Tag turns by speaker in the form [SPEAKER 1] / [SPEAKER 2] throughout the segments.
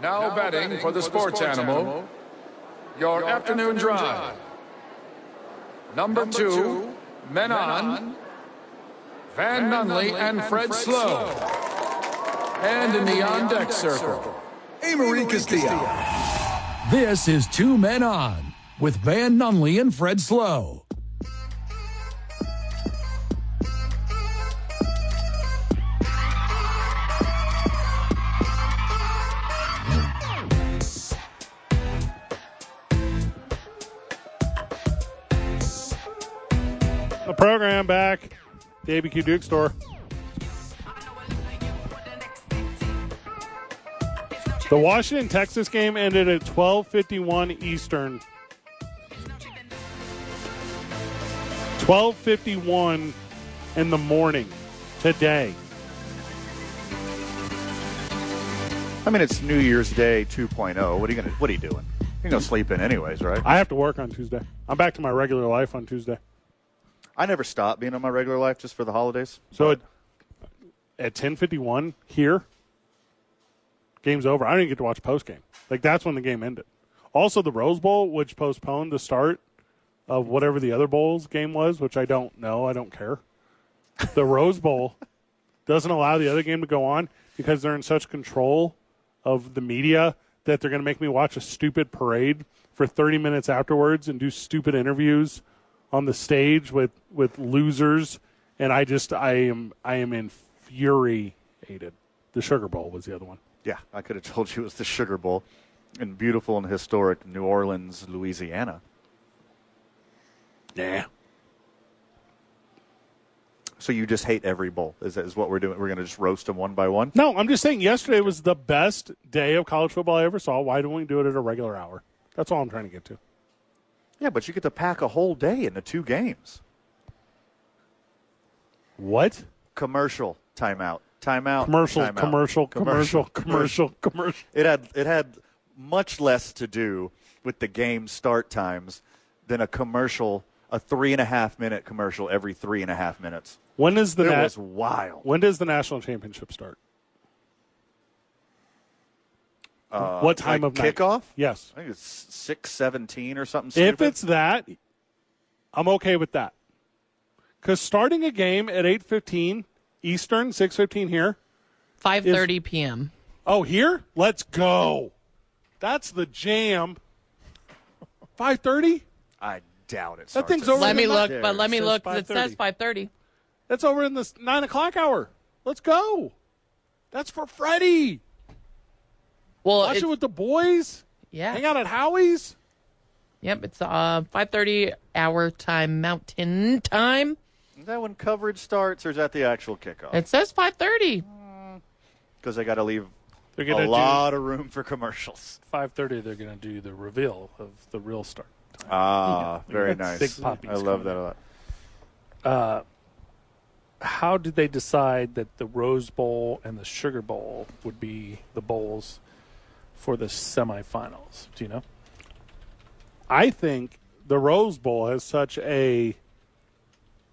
[SPEAKER 1] Now, betting, for the sports, animal, your, afternoon, drive. Number, two, Men On, Van, Nunley, and Fred, Slow. And in the on deck circle,
[SPEAKER 2] Amory Castillo.
[SPEAKER 3] This is Two Men On with Van Nunley and Fred Slow.
[SPEAKER 4] The program back. The ABQ Duke store. The Washington Texas game ended at 12:51 Eastern. 12:51 in the morning today.
[SPEAKER 5] I mean, it's New Year's Day 2.0. What are you gonna? What are you doing? You're gonna sleep in anyways, right?
[SPEAKER 4] I have to work on Tuesday. I'm back to my regular life on Tuesday.
[SPEAKER 5] I never stop being in my regular life just for the holidays.
[SPEAKER 4] So at, at 10:51 here, game's over. I didn't get to watch post game. Like that's when the game ended. Also, the Rose Bowl, which postponed the start of whatever the other bowls game was, which I don't know. I don't care. The Rose Bowl doesn't allow the other game to go on because they're in such control of the media that they're going to make me watch a stupid parade for 30 minutes afterwards and do stupid interviews on the stage with with losers and I just I am I am infuriated. The Sugar Bowl was the other one.
[SPEAKER 5] yeah, I could have told you it was the Sugar Bowl in beautiful and historic New Orleans, Louisiana.
[SPEAKER 4] Yeah.
[SPEAKER 5] So you just hate every bowl? Is that is what we're doing? We're gonna just roast them one by one?
[SPEAKER 4] No, I'm just saying yesterday was the best day of college football I ever saw. Why don't we do it at a regular hour? That's all I'm trying to get to.
[SPEAKER 5] Yeah, but you get to pack a whole day into two games.
[SPEAKER 4] What?
[SPEAKER 5] Commercial timeout. Timeout.
[SPEAKER 4] Commercial,
[SPEAKER 5] timeout.
[SPEAKER 4] commercial, commercial, commercial, commercial.
[SPEAKER 5] It had it had much less to do with the game start times than a commercial, a three and a half minute commercial every three and a half minutes.
[SPEAKER 4] When is the
[SPEAKER 5] It
[SPEAKER 4] na-
[SPEAKER 5] was wild.
[SPEAKER 4] when does the national championship start? Uh, what time
[SPEAKER 5] like
[SPEAKER 4] of night?
[SPEAKER 5] kickoff?
[SPEAKER 4] Yes.
[SPEAKER 5] I think it's six seventeen or something.
[SPEAKER 4] If
[SPEAKER 5] stupid.
[SPEAKER 4] it's that, I'm okay with that. Because starting a game at 8:15 Eastern, 6:15 here.
[SPEAKER 6] 5:30 p.m.
[SPEAKER 4] Oh, here? Let's go. That's the jam. 5:30?
[SPEAKER 5] I doubt it.
[SPEAKER 4] That
[SPEAKER 5] starts
[SPEAKER 4] thing's
[SPEAKER 5] at
[SPEAKER 4] over
[SPEAKER 6] Let
[SPEAKER 4] in
[SPEAKER 6] me
[SPEAKER 4] the
[SPEAKER 6] look,
[SPEAKER 4] night.
[SPEAKER 6] but let me
[SPEAKER 4] It says
[SPEAKER 6] look. 'cause It says 5:30.
[SPEAKER 4] That's over in the s- nine o'clock hour. Let's go. That's for Freddie.
[SPEAKER 6] Well,
[SPEAKER 4] Watch
[SPEAKER 6] it's,
[SPEAKER 4] it with the boys.
[SPEAKER 6] yeah.
[SPEAKER 4] Hang out at Howie's.
[SPEAKER 6] Yep, it's uh 5:30 hour time Mountain Time.
[SPEAKER 5] Is that when coverage starts, or is that the actual kickoff?
[SPEAKER 6] It says 5:30.
[SPEAKER 5] Because they got to leave
[SPEAKER 7] They're
[SPEAKER 5] a
[SPEAKER 7] gonna
[SPEAKER 5] lot of room for commercials.
[SPEAKER 7] do five thirty. They're gonna do the reveal of the real start.
[SPEAKER 5] Ah, very nice.
[SPEAKER 7] Big poppies
[SPEAKER 5] I love
[SPEAKER 7] coming
[SPEAKER 5] that a lot.
[SPEAKER 7] How did they decide that the Rose Bowl and the Sugar Bowl would be the bowls for the semifinals? Do you know?
[SPEAKER 4] I think the Rose Bowl has such a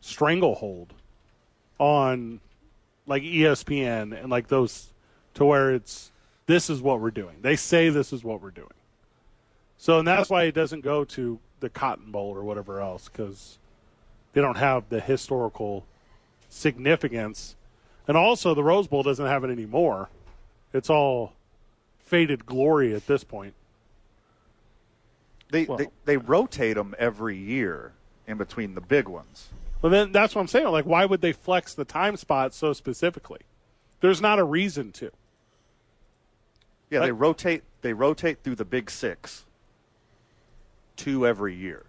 [SPEAKER 4] stranglehold on like E ESPN and like those to where it's this is what we're doing. They say this is what we're doing. So and that's why it doesn't go to the Cotton Bowl or whatever else cuz they don't have the historical significance. And also the Rose Bowl doesn't have it anymore. It's all faded glory at this point.
[SPEAKER 5] They,
[SPEAKER 7] Well-
[SPEAKER 5] they they rotate them every year in between the big ones.
[SPEAKER 4] Well, then that's what I'm saying. Like, why would they flex the time spot so specifically? There's not a reason to.
[SPEAKER 5] Yeah, they
[SPEAKER 4] But-
[SPEAKER 5] rotate. They rotate through the big six. Two every year.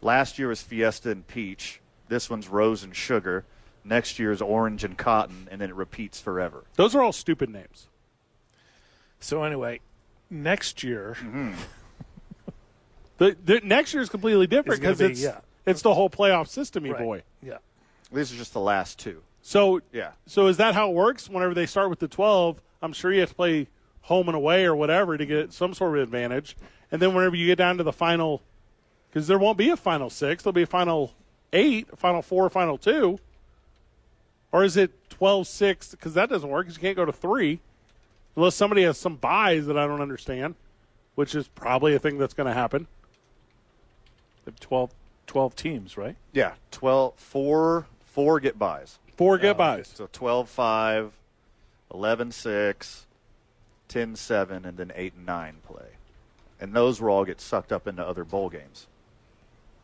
[SPEAKER 5] Last year was Fiesta and Peach. This one's Rose and Sugar. Next year's Orange and Cotton, and then it repeats forever.
[SPEAKER 4] Those are all stupid names.
[SPEAKER 7] So anyway, next year
[SPEAKER 4] Mm-hmm. The, the next year is completely different
[SPEAKER 7] It's gonna
[SPEAKER 4] because
[SPEAKER 7] be-
[SPEAKER 4] it's
[SPEAKER 7] yeah.
[SPEAKER 4] it's the whole playoff system, you
[SPEAKER 7] Right.
[SPEAKER 4] boy.
[SPEAKER 7] Yeah.
[SPEAKER 5] These are just the last two.
[SPEAKER 4] So
[SPEAKER 5] Yeah.
[SPEAKER 4] So is that how it works? Whenever they start with the 12, I'm sure you have to play home and away or whatever to get some sort of advantage. And then whenever you get down to the final, because there won't be a final six, there'll be a final eight, a final four, a final two. Or is it 12 6? Because that doesn't work because you can't go to three. Unless somebody has some buys that I don't understand, which is probably a thing that's going to happen.
[SPEAKER 7] They have 12, 12 teams, right?
[SPEAKER 5] Yeah, 12, four, four get buys.
[SPEAKER 4] Four get buys.
[SPEAKER 5] So 12 5, 11 6, 10 7, and then 8 9 play. And those will all get sucked up into other bowl games.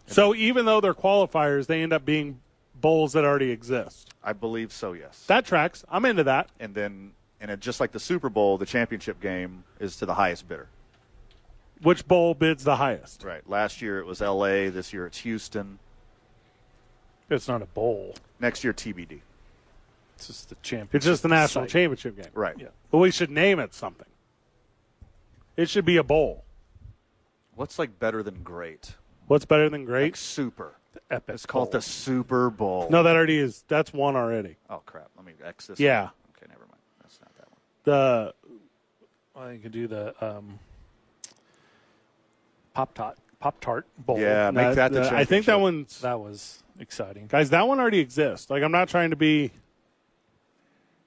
[SPEAKER 4] So even though they're qualifiers, they end up being bowls that already exist.
[SPEAKER 5] I believe so, yes.
[SPEAKER 4] That tracks. I'm into that.
[SPEAKER 5] and then, and it, just like the Super Bowl, the championship game is to the highest bidder.
[SPEAKER 4] Which bowl bids the highest?
[SPEAKER 5] Right. Last year it was LA, this year it's Houston,
[SPEAKER 7] It's not a bowl.
[SPEAKER 5] next year TBD.
[SPEAKER 7] It's just the championship.
[SPEAKER 4] It's just the national
[SPEAKER 7] site.
[SPEAKER 4] championship game.
[SPEAKER 5] Right.
[SPEAKER 7] Yeah.
[SPEAKER 4] But we should name it something. It should be a bowl.
[SPEAKER 5] What's like better than great?
[SPEAKER 4] What's better than
[SPEAKER 5] Like
[SPEAKER 4] great?
[SPEAKER 5] super.
[SPEAKER 7] Epic
[SPEAKER 5] It's called the Super Bowl.
[SPEAKER 4] No, that already is. That's one already.
[SPEAKER 5] Oh crap. Let me X this.
[SPEAKER 4] Yeah.
[SPEAKER 5] Okay, never mind. That's not that one.
[SPEAKER 4] The
[SPEAKER 7] Well, you could do the um, Pop Tart Pop Tart Bowl.
[SPEAKER 5] Yeah, make that the
[SPEAKER 4] I think that
[SPEAKER 5] championship.
[SPEAKER 4] one's
[SPEAKER 7] that was exciting.
[SPEAKER 4] guys. That one already exists. Like I'm not trying to be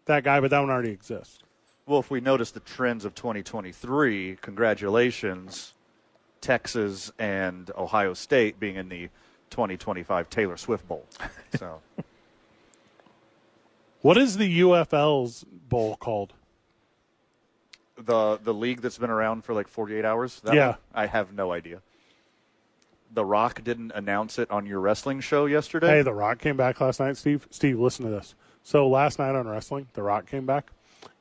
[SPEAKER 4] that guy, but that one already exists.
[SPEAKER 5] Well, if we notice the trends of 2023, congratulations, Texas and Ohio State being in the 2025 Taylor Swift Bowl. So
[SPEAKER 4] What is the UFL's bowl called?
[SPEAKER 5] the the league that's been around for like 48 hours. That
[SPEAKER 4] Yeah.
[SPEAKER 5] one, I have no idea. The Rock didn't announce it on your wrestling show yesterday.
[SPEAKER 4] Hey, The Rock came back last night, Steve. Steve, listen to this. So last night on wrestling, The Rock came back,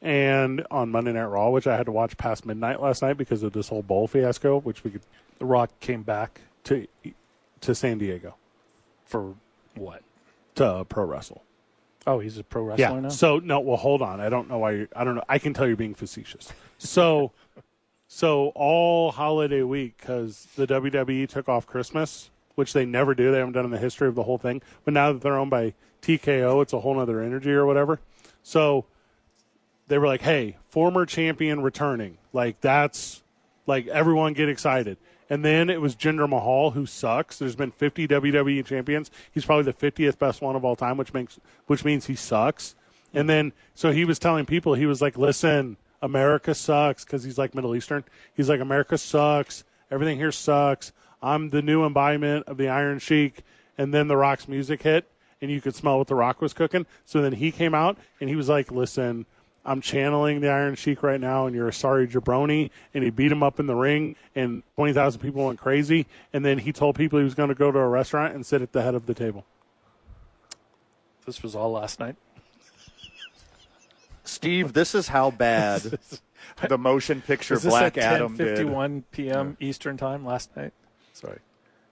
[SPEAKER 4] and on Monday Night Raw, which I had to watch past midnight last night because of this whole bowl fiasco, which we could
[SPEAKER 7] The Rock came back
[SPEAKER 4] to to San Diego
[SPEAKER 7] for what?
[SPEAKER 4] to uh, pro wrestle.
[SPEAKER 7] Oh, he's a pro wrestler
[SPEAKER 4] Yeah.
[SPEAKER 7] now.
[SPEAKER 4] So no, well, hold on. I don't know why. You're, I don't know. I can tell you're being facetious. So, so all holiday week because the WWE took off Christmas, which they never do. They haven't done in the history of the whole thing. But now that they're owned by TKO, it's a whole other energy or whatever. So they were like, "Hey, former champion returning. Like that's like everyone get excited." And then it was Jinder Mahal who sucks. There's been 50 WWE E champions. He's probably the 50th best one of all time, which makes which means he sucks. And then so he was telling people he was like, "Listen, America sucks because he's like Middle Eastern. He's like America sucks. Everything here sucks. I'm the new embodiment of the Iron Sheik." And then the Rock's music hit, and you could smell what the Rock was cooking. So then he came out and he was like, "Listen, I'm channeling the Iron Sheik right now, and you're a sorry jabroni. And he beat him up in the ring, and 20,000 people went crazy. And then he told people he was going to go to a restaurant and sit at the head of the table.
[SPEAKER 7] This was all last night.
[SPEAKER 5] Steve, this is how bad the motion picture
[SPEAKER 7] Is this
[SPEAKER 5] Black
[SPEAKER 7] at
[SPEAKER 5] Adam did.
[SPEAKER 7] 51 p.m. Eastern time last night? Sorry.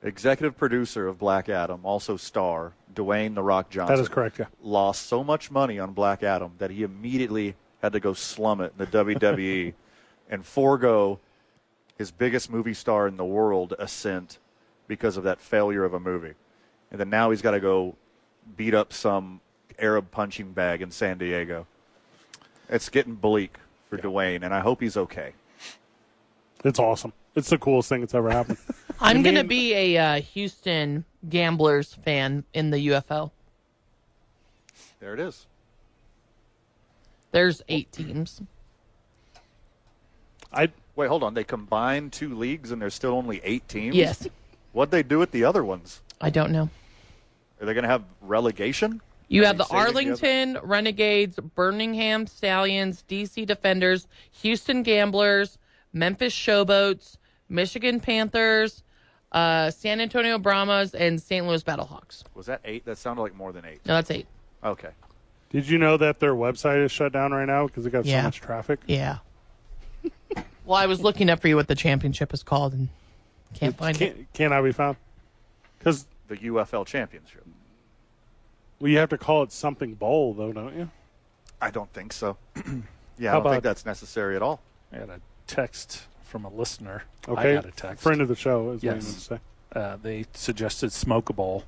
[SPEAKER 5] Executive producer of Black Adam, also star Dwayne The Rock Johnson.
[SPEAKER 4] That is correct, yeah.
[SPEAKER 5] Lost so much money on Black Adam that he immediately had to go slum it in the WWE and forego his biggest movie star in the world ascent because of that failure of a movie. And then now he's got to go beat up some Arab punching bag in San Diego. It's getting bleak for Dwayne, and I hope he's okay.
[SPEAKER 4] It's awesome. It's the coolest thing that's ever happened.
[SPEAKER 6] I'm going to be a uh, Houston Gamblers fan in the UFL.
[SPEAKER 5] There it is.
[SPEAKER 6] There's eight teams.
[SPEAKER 4] I
[SPEAKER 5] Wait, hold on. They combined two leagues and there's still only eight teams?
[SPEAKER 6] Yes.
[SPEAKER 5] What'd they do with the other ones?
[SPEAKER 6] I don't know.
[SPEAKER 5] Are they going to have relegation?
[SPEAKER 6] You
[SPEAKER 5] Are
[SPEAKER 6] have
[SPEAKER 5] they
[SPEAKER 6] the
[SPEAKER 5] saving other-
[SPEAKER 6] Arlington Renegades, Birmingham Stallions, DC Defenders, Houston Gamblers, Memphis Showboats, Michigan Panthers, uh, San Antonio Brahmas, and St. Louis Battlehawks.
[SPEAKER 5] Was that eight? That sounded like more than eight.
[SPEAKER 6] No, that's eight.
[SPEAKER 5] Okay.
[SPEAKER 4] did you know that their website is shut down right now because it got
[SPEAKER 6] Yeah.
[SPEAKER 4] so much traffic?
[SPEAKER 6] Yeah. well, I was looking up for you what the championship is called and can't find it.
[SPEAKER 4] Can't, can't I be found? Because
[SPEAKER 5] The UFL Championship.
[SPEAKER 4] well, you have to call it something bowl, though, don't you?
[SPEAKER 5] I don't think so. yeah, I
[SPEAKER 7] How
[SPEAKER 5] don't think
[SPEAKER 7] about-
[SPEAKER 5] that's necessary at all.
[SPEAKER 7] I got a text from a listener.
[SPEAKER 4] Okay.
[SPEAKER 7] I got a text.
[SPEAKER 4] Friend of the show is what
[SPEAKER 7] Yes.
[SPEAKER 4] you meant to say.
[SPEAKER 7] uh, they suggested smoke a bowl.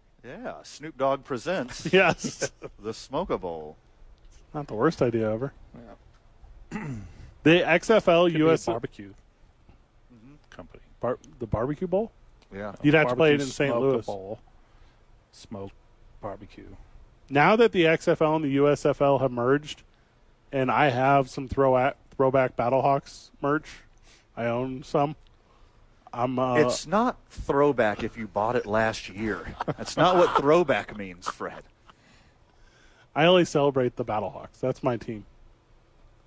[SPEAKER 4] Oh,
[SPEAKER 5] Yeah. Snoop Dogg presents
[SPEAKER 4] yes.
[SPEAKER 5] the Smoka Bowl.
[SPEAKER 4] Not the worst idea ever. the XFL
[SPEAKER 7] Could be a
[SPEAKER 4] US
[SPEAKER 7] barbecue company.
[SPEAKER 4] bar- the barbecue bowl.
[SPEAKER 5] Yeah.
[SPEAKER 4] You'd have to play it in
[SPEAKER 7] Barbecue
[SPEAKER 4] St.
[SPEAKER 7] smoke a
[SPEAKER 4] Louis.
[SPEAKER 7] bowl. Smoke barbecue.
[SPEAKER 4] Now that the XFL and the USFL have merged, and I have some throw at, throwback Battlehawks merch. I own some. I'm uh,
[SPEAKER 5] it's not throwback if you bought it last year. That's not what throwback means, Fred.
[SPEAKER 4] I only celebrate the Battlehawks. That's my team.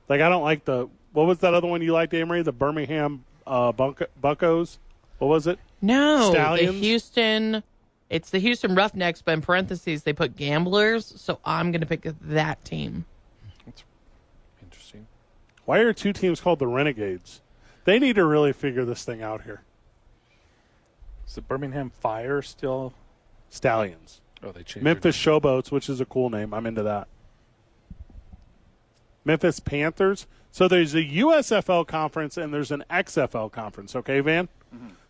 [SPEAKER 4] Like I don't like the what was that other one you liked, Amory? The Birmingham uh, Bunk- Buckos. What was it?
[SPEAKER 6] No,
[SPEAKER 4] Stallions?
[SPEAKER 6] the Houston. It's the Houston Roughnecks, but in parentheses they put Gamblers. So I'm going to pick that team.
[SPEAKER 7] Interesting.
[SPEAKER 4] Why are two teams called the Renegades? They need to really figure this thing out here.
[SPEAKER 7] Is the Birmingham Fire still?
[SPEAKER 4] Stallions,
[SPEAKER 7] Oh, they changed. their
[SPEAKER 4] Memphis Showboats, which is a cool name. I'm into that. Memphis Panthers. So there's a USFL conference and there's an XFL conference. Okay, Van.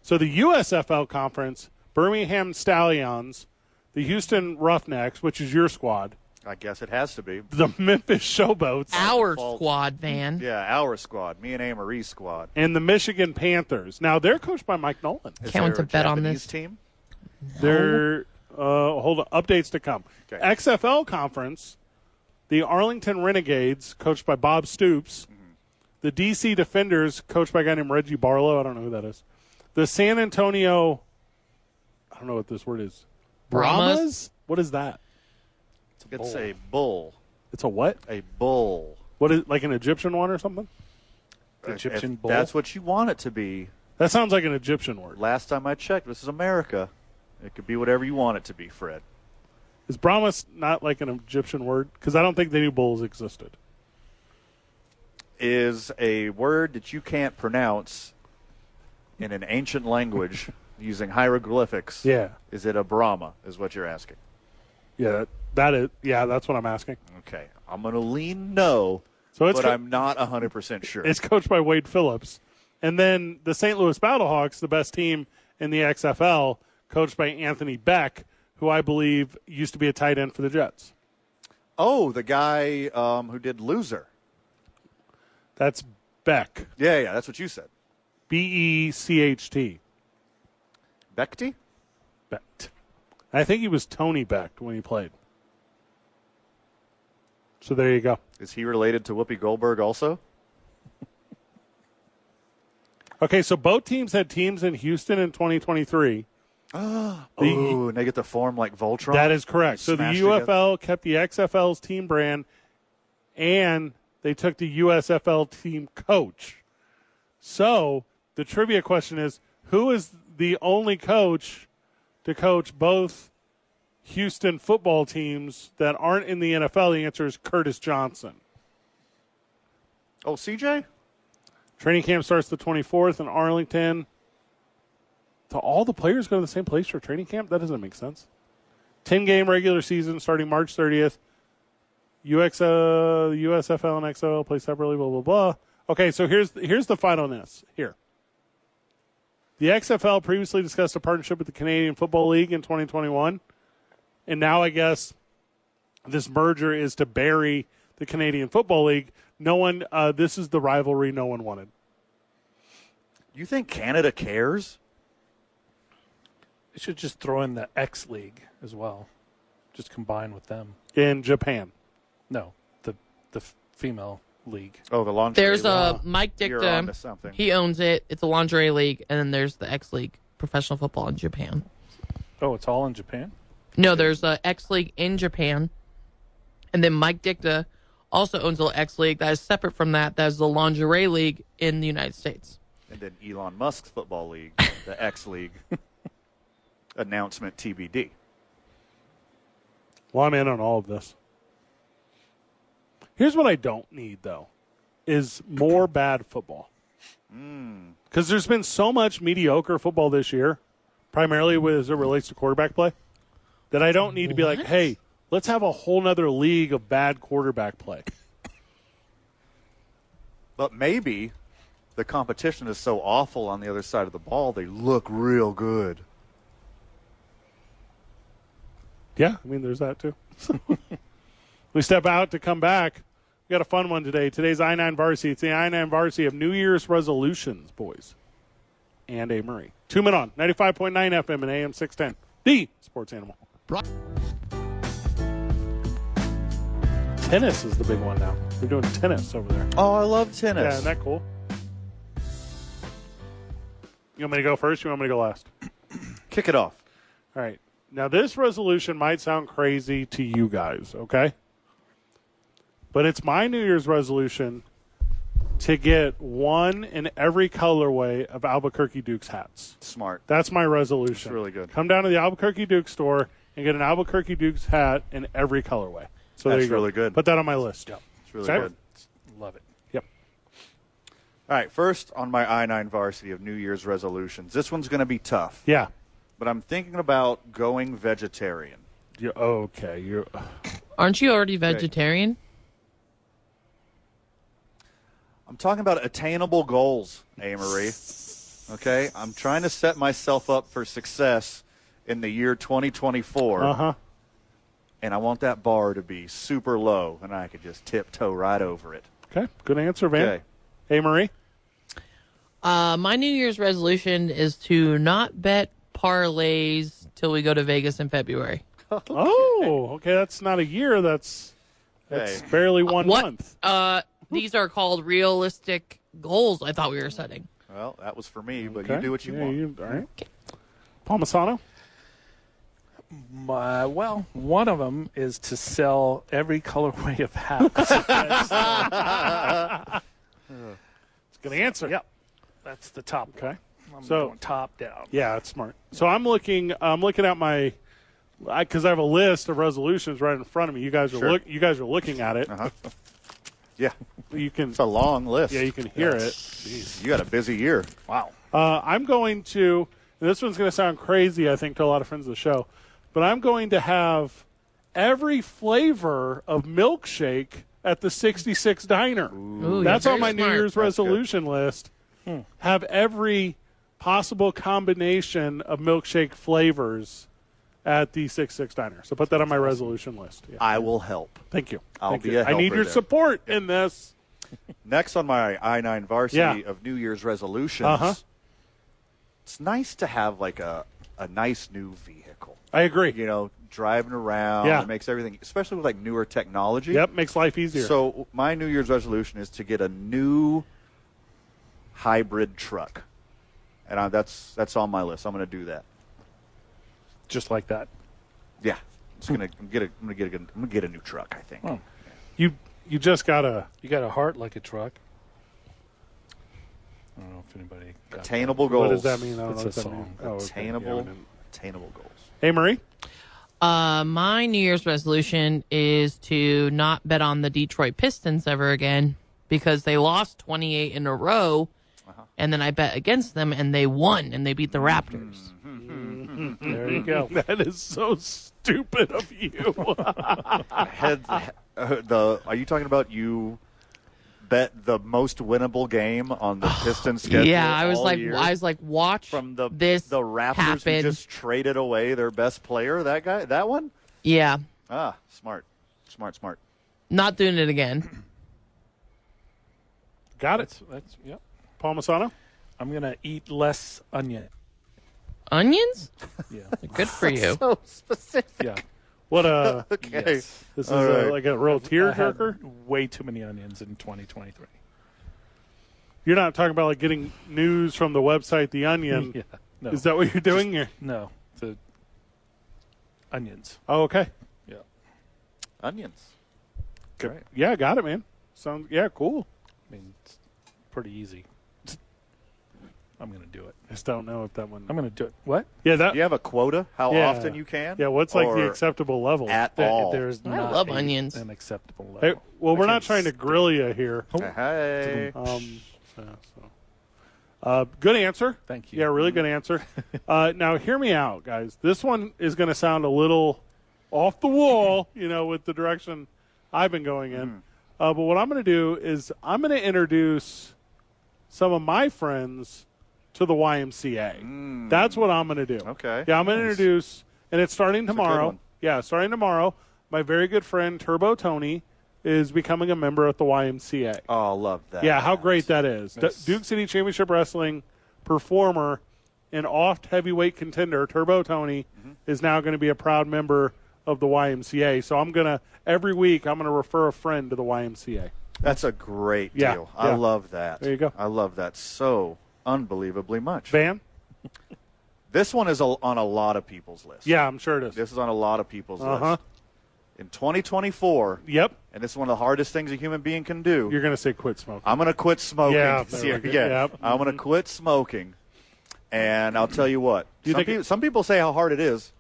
[SPEAKER 4] So the USFL conference, Birmingham Stallions, the Houston Roughnecks, which is your squad,
[SPEAKER 5] I guess it has to be.
[SPEAKER 4] the Memphis Showboats,
[SPEAKER 6] Our
[SPEAKER 5] default.
[SPEAKER 6] squad, Van.
[SPEAKER 5] Yeah, our squad, me and Anne Marie's squad.
[SPEAKER 4] and the Michigan Panthers. Now they're coached by Mike Nolan.
[SPEAKER 5] Is
[SPEAKER 6] Can't
[SPEAKER 5] there
[SPEAKER 6] wait to
[SPEAKER 5] a
[SPEAKER 6] bet on
[SPEAKER 5] Japanese
[SPEAKER 6] this.
[SPEAKER 5] team.
[SPEAKER 4] There, uh, hold on, updates to come.
[SPEAKER 5] Okay.
[SPEAKER 4] XFL conference, the Arlington Renegades, coached by Bob Stoops, the DC Defenders, coached by a guy named Reggie Barlow. I don't know who that is. The San Antonio, I don't know what this word is.
[SPEAKER 6] Brahmas?
[SPEAKER 4] What is that?
[SPEAKER 5] It's a bull.
[SPEAKER 4] It's a what?
[SPEAKER 5] A bull.
[SPEAKER 4] What is like an Egyptian one or something?
[SPEAKER 7] name. Egyptian
[SPEAKER 5] If
[SPEAKER 7] Bull.
[SPEAKER 5] That's what you want it to be.
[SPEAKER 4] That sounds like an Egyptian word.
[SPEAKER 5] Last time I checked, this is America. It could be whatever you want it to be, Fred.
[SPEAKER 4] Is Brahmas not like an Egyptian word? Because I don't think they knew bulls existed.
[SPEAKER 5] Is a word that you can't pronounce in an ancient language using hieroglyphics.
[SPEAKER 4] Yeah.
[SPEAKER 5] Is it a Brahma? Is what you're asking.
[SPEAKER 4] Yeah, that, that is. Yeah, that's what I'm asking.
[SPEAKER 5] Okay. I'm going to lean no,
[SPEAKER 4] So it's
[SPEAKER 5] but
[SPEAKER 4] co-
[SPEAKER 5] I'm not 100% sure.
[SPEAKER 4] It's coached by Wade Phillips. And then the St. Louis Battlehawks, the best team in the XFL, coached by Anthony Beck, who I believe used to be a tight end for the Jets.
[SPEAKER 5] oh, the guy um, who did Loser.
[SPEAKER 4] That's Beck.
[SPEAKER 5] Yeah, yeah, that's what you said.
[SPEAKER 4] B E C H T.
[SPEAKER 5] Bekti?
[SPEAKER 4] Beck. I think he was Tony Beck when he played. So there you go.
[SPEAKER 5] Is he related to Whoopi Goldberg also?
[SPEAKER 4] Okay, so both teams had teams in Houston in 2023. The-
[SPEAKER 5] Ooh, and they get to form like Voltron.
[SPEAKER 4] That is correct. So the
[SPEAKER 5] Smashed
[SPEAKER 4] UFL kept the XFL's team brand, and they took the USFL team coach. So the trivia question is: Who is the only coach to coach both Houston football teams that aren't in the NFL? The answer is Curtis Johnson.
[SPEAKER 5] Oh, CJ?
[SPEAKER 4] Training camp starts the 24th in Arlington. Do all the players go to the same place for training camp? That doesn't make sense. 10 game regular season starting March 30th. UX, uh, USFL and XFL play separately, blah, blah, blah. Okay, so here's, here's the final ness. Here. The XFL previously discussed a partnership with the Canadian Football League in 2021. And now I guess this merger is to bury the Canadian Football League. No one, uh, this is the rivalry no one wanted.
[SPEAKER 5] You think Canada cares?
[SPEAKER 7] They should just throw in the X League as well. Just combine with them.
[SPEAKER 4] in Japan.
[SPEAKER 7] No, the the f- female league.
[SPEAKER 5] Oh, the laundry.
[SPEAKER 6] There's
[SPEAKER 5] room.
[SPEAKER 6] a Mike
[SPEAKER 5] You're onto
[SPEAKER 6] Dicta.
[SPEAKER 5] something.
[SPEAKER 6] He owns it. It's a lingerie league, and then there's the X League professional football in Japan.
[SPEAKER 7] Oh, it's all in Japan.
[SPEAKER 6] No, there's a X League in Japan. And then Mike Dicta also owns the X League that is separate from that. That is the lingerie league in the United States.
[SPEAKER 5] and then Elon Musk's football league, the X League. Announcement TBD.
[SPEAKER 4] Well, I'm in on all of this. Here's what I don't need though, is more bad football. Because there's been so much mediocre football this year, primarily with- as it relates to quarterback play, that I don't need to be like,
[SPEAKER 6] What?
[SPEAKER 4] hey, let's have a whole nother league of bad quarterback play.
[SPEAKER 5] But maybe the competition is so awful on the other side of the ball, they look real good.
[SPEAKER 4] Yeah, I mean, there's that too. we step out to come back. We got a fun one today. Today's I 9 varsity. It's the I 9 varsity of New Year's resolutions, boys. And A. Murray. Two men on 95.9 FM and AM 610. The sports animal.
[SPEAKER 7] tennis is the big one now. They're doing tennis over there.
[SPEAKER 5] Oh, I love
[SPEAKER 7] Yeah,
[SPEAKER 5] tennis.
[SPEAKER 7] isn't that cool? You want me to go first? Or you want me to go last?
[SPEAKER 5] Kick it off.
[SPEAKER 7] All right. Now, this resolution might sound crazy to you guys, okay? But it's my New Year's resolution to get one in every colorway of Albuquerque Duke's hats.
[SPEAKER 5] Smart.
[SPEAKER 7] That's my resolution.
[SPEAKER 5] That's really good.
[SPEAKER 7] Come down to the Albuquerque Duke store and get an Albuquerque Duke's hat in every colorway. So there
[SPEAKER 5] That's
[SPEAKER 7] you go.
[SPEAKER 5] really good.
[SPEAKER 7] Put that on my list.
[SPEAKER 5] It's really
[SPEAKER 7] Okay.
[SPEAKER 5] good.
[SPEAKER 7] Love it. Yep.
[SPEAKER 5] All right, first on my I 9 varsity of New Year's resolutions. This one's going to be tough,
[SPEAKER 7] Yeah.
[SPEAKER 5] but I'm thinking about going vegetarian.
[SPEAKER 7] You're, okay. You're,
[SPEAKER 6] Aren't you already vegetarian?
[SPEAKER 5] I'm talking about attainable goals, A. Marie. Okay? I'm trying to set myself up for success in the year 2024,
[SPEAKER 7] uh huh.
[SPEAKER 5] and I want that bar to be super low, and I could just tiptoe right over it.
[SPEAKER 7] Okay. Good answer, Van.
[SPEAKER 5] Okay.
[SPEAKER 7] Hey, Marie.
[SPEAKER 6] Uh, my New Year's resolution is to not bet parlays till we go to Vegas in February.
[SPEAKER 7] Oh, okay. That's not a year. That's that's
[SPEAKER 5] Hey.
[SPEAKER 7] barely one
[SPEAKER 6] what?
[SPEAKER 7] month.
[SPEAKER 6] Uh, these are called realistic goals. I thought we were setting.
[SPEAKER 5] Well, that was for me, but you
[SPEAKER 7] Okay.
[SPEAKER 5] do what you
[SPEAKER 7] Yeah,
[SPEAKER 5] want.
[SPEAKER 7] all right. Paul Masano. My,
[SPEAKER 8] well,
[SPEAKER 7] one of them is to sell every colorway of hats.
[SPEAKER 4] Good answer.
[SPEAKER 7] yep, that's the top.
[SPEAKER 4] Okay.
[SPEAKER 7] one. I'm
[SPEAKER 4] So-
[SPEAKER 7] going top down.
[SPEAKER 4] Yeah, it's smart. So I'm looking. I'm looking at my because I, have a list of resolutions right in front of me. You guys are
[SPEAKER 5] Sure.
[SPEAKER 4] look. You guys are looking at it.
[SPEAKER 5] Uh-huh. Yeah,
[SPEAKER 4] You can.
[SPEAKER 5] it's a long list.
[SPEAKER 4] Yeah, you can hear it.
[SPEAKER 5] You got a busy year.
[SPEAKER 7] Wow.
[SPEAKER 4] Uh, I'm going to. and This one's going to sound crazy, I think, to a lot of friends of the show, but I'm going to have every flavor of milkshake at the 66 Diner.
[SPEAKER 6] Ooh,
[SPEAKER 4] That's
[SPEAKER 6] you're
[SPEAKER 4] on my
[SPEAKER 6] very smart.
[SPEAKER 4] New Year's
[SPEAKER 5] That's good. Hmm.
[SPEAKER 4] resolution list. Have every possible combination of milkshake flavors at the 66 Diner. So put that on my resolution list. Yeah.
[SPEAKER 5] I will help.
[SPEAKER 4] Thank you.
[SPEAKER 5] I'll
[SPEAKER 4] Thank
[SPEAKER 5] be
[SPEAKER 4] you.
[SPEAKER 5] a
[SPEAKER 4] I need
[SPEAKER 5] helper
[SPEAKER 4] your
[SPEAKER 5] there.
[SPEAKER 4] support in this.
[SPEAKER 5] Next on my I nine varsity
[SPEAKER 4] Yeah.
[SPEAKER 5] of New Year's resolutions,
[SPEAKER 4] Uh-huh.
[SPEAKER 5] it's nice to have like a a nice new vehicle.
[SPEAKER 4] I agree.
[SPEAKER 5] You know, driving around
[SPEAKER 4] Yeah.
[SPEAKER 5] it makes everything, especially with like newer technology.
[SPEAKER 4] Yep, makes life easier.
[SPEAKER 5] So my New Year's resolution is to get a new hybrid truck, and I, that's that's on my list. I'm going to do that.
[SPEAKER 7] Just like that.
[SPEAKER 5] Yeah, it's going to get a I'm going to get a good, I'm going to get a new truck. I
[SPEAKER 4] Oh,
[SPEAKER 5] think.
[SPEAKER 4] you you just gotta
[SPEAKER 7] You got a heart like a truck. I don't know if anybody. Got
[SPEAKER 5] Attainable goals.
[SPEAKER 4] What does that mean? I don't know
[SPEAKER 7] It's a
[SPEAKER 4] what that
[SPEAKER 7] song.
[SPEAKER 4] means. Oh, okay. Yeah,
[SPEAKER 5] Attainable,
[SPEAKER 4] we didn't-
[SPEAKER 5] attainable goals.
[SPEAKER 4] hey, Marie.
[SPEAKER 6] Uh, my New Year's resolution is to not bet on the Detroit Pistons ever again because they lost 28 in a row.
[SPEAKER 5] Uh-huh.
[SPEAKER 6] And then I bet against them, and they won, and they beat the Raptors.
[SPEAKER 5] Mm-hmm.
[SPEAKER 7] There you go.
[SPEAKER 4] That is so stupid of you.
[SPEAKER 5] Head, uh, the are you talking about you bet the most winnable game on the Pistons schedule?
[SPEAKER 6] Yeah, I was
[SPEAKER 5] all
[SPEAKER 6] like,
[SPEAKER 5] year?
[SPEAKER 6] I was like, watch
[SPEAKER 5] from the
[SPEAKER 6] this
[SPEAKER 5] the Raptors
[SPEAKER 6] happen.
[SPEAKER 5] who just traded away their best player. That guy, that one.
[SPEAKER 6] Yeah,
[SPEAKER 5] Ah, smart, smart, smart.
[SPEAKER 6] not doing it again.
[SPEAKER 4] Got it.
[SPEAKER 7] That's, that's yep.
[SPEAKER 4] Paul Masano.
[SPEAKER 7] I'm gonna eat less onion.
[SPEAKER 6] Onions?
[SPEAKER 7] Yeah.
[SPEAKER 6] Good for you.
[SPEAKER 5] So specific.
[SPEAKER 7] Yeah.
[SPEAKER 4] What a
[SPEAKER 5] Okay.
[SPEAKER 7] Yes.
[SPEAKER 4] this is
[SPEAKER 5] All
[SPEAKER 4] a,
[SPEAKER 5] right.
[SPEAKER 4] like a real tear
[SPEAKER 7] I had
[SPEAKER 4] jerker.
[SPEAKER 7] way too many onions in 2023.
[SPEAKER 4] You're not talking about like getting news from the website The Onion.
[SPEAKER 7] yeah. No.
[SPEAKER 4] Is that what you're doing here?
[SPEAKER 7] no. The onions.
[SPEAKER 4] Oh, okay.
[SPEAKER 7] Yeah.
[SPEAKER 5] Onions.
[SPEAKER 7] Good. Right.
[SPEAKER 4] Yeah, got it, man. Sounds yeah, cool.
[SPEAKER 7] I mean, it's pretty easy. I'm gonna do it.
[SPEAKER 4] I just don't know if that one.
[SPEAKER 7] I'm gonna do it. What?
[SPEAKER 4] yeah, that.
[SPEAKER 5] Do you have a quota? How
[SPEAKER 4] Yeah.
[SPEAKER 5] often you can?
[SPEAKER 4] Yeah, what's like the
[SPEAKER 5] Or
[SPEAKER 4] acceptable level?
[SPEAKER 5] at
[SPEAKER 7] There-
[SPEAKER 5] all?
[SPEAKER 7] There's
[SPEAKER 6] I
[SPEAKER 7] not
[SPEAKER 6] love
[SPEAKER 7] a-
[SPEAKER 6] onions.
[SPEAKER 7] An acceptable level.
[SPEAKER 4] Hey, well, we're
[SPEAKER 7] I
[SPEAKER 4] not
[SPEAKER 7] can't
[SPEAKER 4] trying to grill you here.
[SPEAKER 5] Hey. Oh,
[SPEAKER 4] Um, so, so. Uh, good answer.
[SPEAKER 7] Thank you.
[SPEAKER 4] Yeah, really good answer. uh, now, hear me out, guys. This one is going to sound a little off the wall, you know, with the direction I've been going in. Uh, but what I'm going to do is I'm going to introduce some of my friends to the YMCA. That's what I'm going to do.
[SPEAKER 5] Okay.
[SPEAKER 4] Yeah, I'm going to introduce, and it's starting
[SPEAKER 5] good
[SPEAKER 4] tomorrow.
[SPEAKER 5] one.
[SPEAKER 4] Yeah, starting tomorrow. My very good friend Turbo Tony is becoming a member at the YMCA.
[SPEAKER 5] Oh, love that.
[SPEAKER 4] Yeah, how great that is. Du- Duke City Championship Wrestling performer and oft heavyweight contender Turbo Tony is now going to be a proud member of the YMCA. So I'm gonna every week I'm gonna refer a friend to the YMCA.
[SPEAKER 5] That's a great
[SPEAKER 4] Yeah,
[SPEAKER 5] deal. I
[SPEAKER 4] yeah.
[SPEAKER 5] love that.
[SPEAKER 4] There you go.
[SPEAKER 5] I love that so unbelievably much.
[SPEAKER 4] Van?
[SPEAKER 5] This one is a, on a lot of people's list.
[SPEAKER 4] Yeah, I'm sure it is.
[SPEAKER 5] This is on a lot of people's
[SPEAKER 4] Uh-huh.
[SPEAKER 5] list. In 2024,
[SPEAKER 4] Yep.
[SPEAKER 5] and this is one of the hardest things a human being can do.
[SPEAKER 4] You're gonna say quit smoking.
[SPEAKER 5] I'm going to quit smoking.
[SPEAKER 4] Yeah,
[SPEAKER 5] this
[SPEAKER 4] there
[SPEAKER 5] year.
[SPEAKER 4] we go.
[SPEAKER 5] yeah.
[SPEAKER 4] Yep.
[SPEAKER 5] I'm going to quit smoking. And I'll tell you what.
[SPEAKER 4] Do you
[SPEAKER 5] some,
[SPEAKER 4] think it-
[SPEAKER 5] people, some people say how hard it is.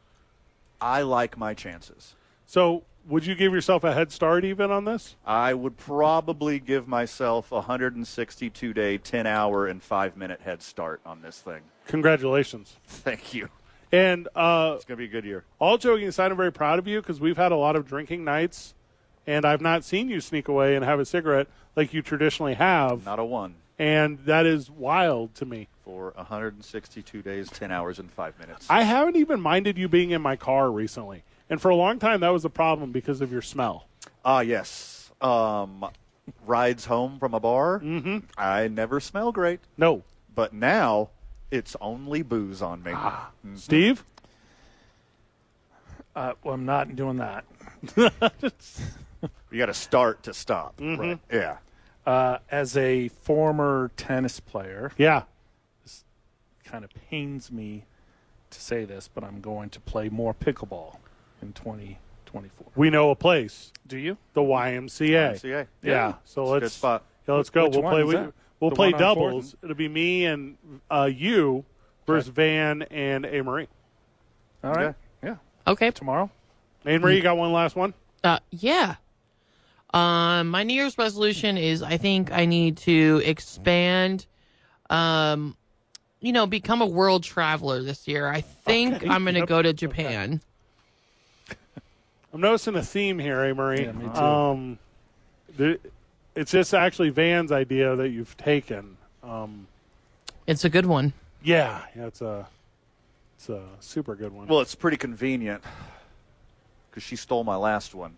[SPEAKER 5] I like my chances.
[SPEAKER 4] So would you give yourself a head start even on this?
[SPEAKER 5] I would probably give myself a 162 day, 10 hour, and 5 minute head start on this thing.
[SPEAKER 4] Congratulations.
[SPEAKER 5] Thank you.
[SPEAKER 4] And uh,
[SPEAKER 5] It's going to be a good year.
[SPEAKER 4] all joking aside, I'm very proud of you because we've had a lot of drinking nights, and I've not seen you sneak away and have a cigarette like you traditionally have,
[SPEAKER 5] Not a one
[SPEAKER 4] and that is wild to me.
[SPEAKER 5] for 162 days, 10 hours, and 5 minutes.
[SPEAKER 4] I haven't even minded you being in my car recently, and for a long time that was a problem because of your smell.
[SPEAKER 5] Ah, yes. Um, rides home from a bar. Mm-hmm. I never smell great,
[SPEAKER 4] No,
[SPEAKER 5] but now it's only booze on me.
[SPEAKER 4] Steve,
[SPEAKER 7] Uh, well, I'm not doing that.
[SPEAKER 5] You got to start to stop. Right. Yeah.
[SPEAKER 7] Uh, as a former tennis player,
[SPEAKER 4] yeah,
[SPEAKER 7] kind of pains me to say this, but I'm going to play more pickleball in 2024.
[SPEAKER 4] we know a place,
[SPEAKER 7] Do you?
[SPEAKER 4] the YMCA.
[SPEAKER 5] YMCA.
[SPEAKER 4] Yeah, so
[SPEAKER 5] It's a
[SPEAKER 4] let's
[SPEAKER 5] good spot.
[SPEAKER 4] Yeah, let's go.
[SPEAKER 7] Which
[SPEAKER 4] we'll
[SPEAKER 7] one
[SPEAKER 4] play.
[SPEAKER 7] is
[SPEAKER 4] We,
[SPEAKER 7] that?
[SPEAKER 4] we'll
[SPEAKER 7] The
[SPEAKER 4] play
[SPEAKER 7] one on Ford?
[SPEAKER 4] doubles. It'll be me and uh, you versus Van and A Marie.
[SPEAKER 7] All right.
[SPEAKER 5] Yeah. Yeah.
[SPEAKER 6] Okay.
[SPEAKER 7] Tomorrow?
[SPEAKER 4] A Marie, you got one last one.
[SPEAKER 6] Uh, yeah. Um, my New Year's resolution is I think I need to expand, um, you know, become a world traveler this year. I think I'm going to go to Japan.
[SPEAKER 4] I'm noticing a theme here, A Marie.
[SPEAKER 7] Yeah, me too.
[SPEAKER 4] Um, the, it's just actually Van's idea that you've taken.
[SPEAKER 6] It's a good one.
[SPEAKER 4] Yeah, yeah, it's a, it's a super good one.
[SPEAKER 5] Well, it's pretty convenient because she stole my last one.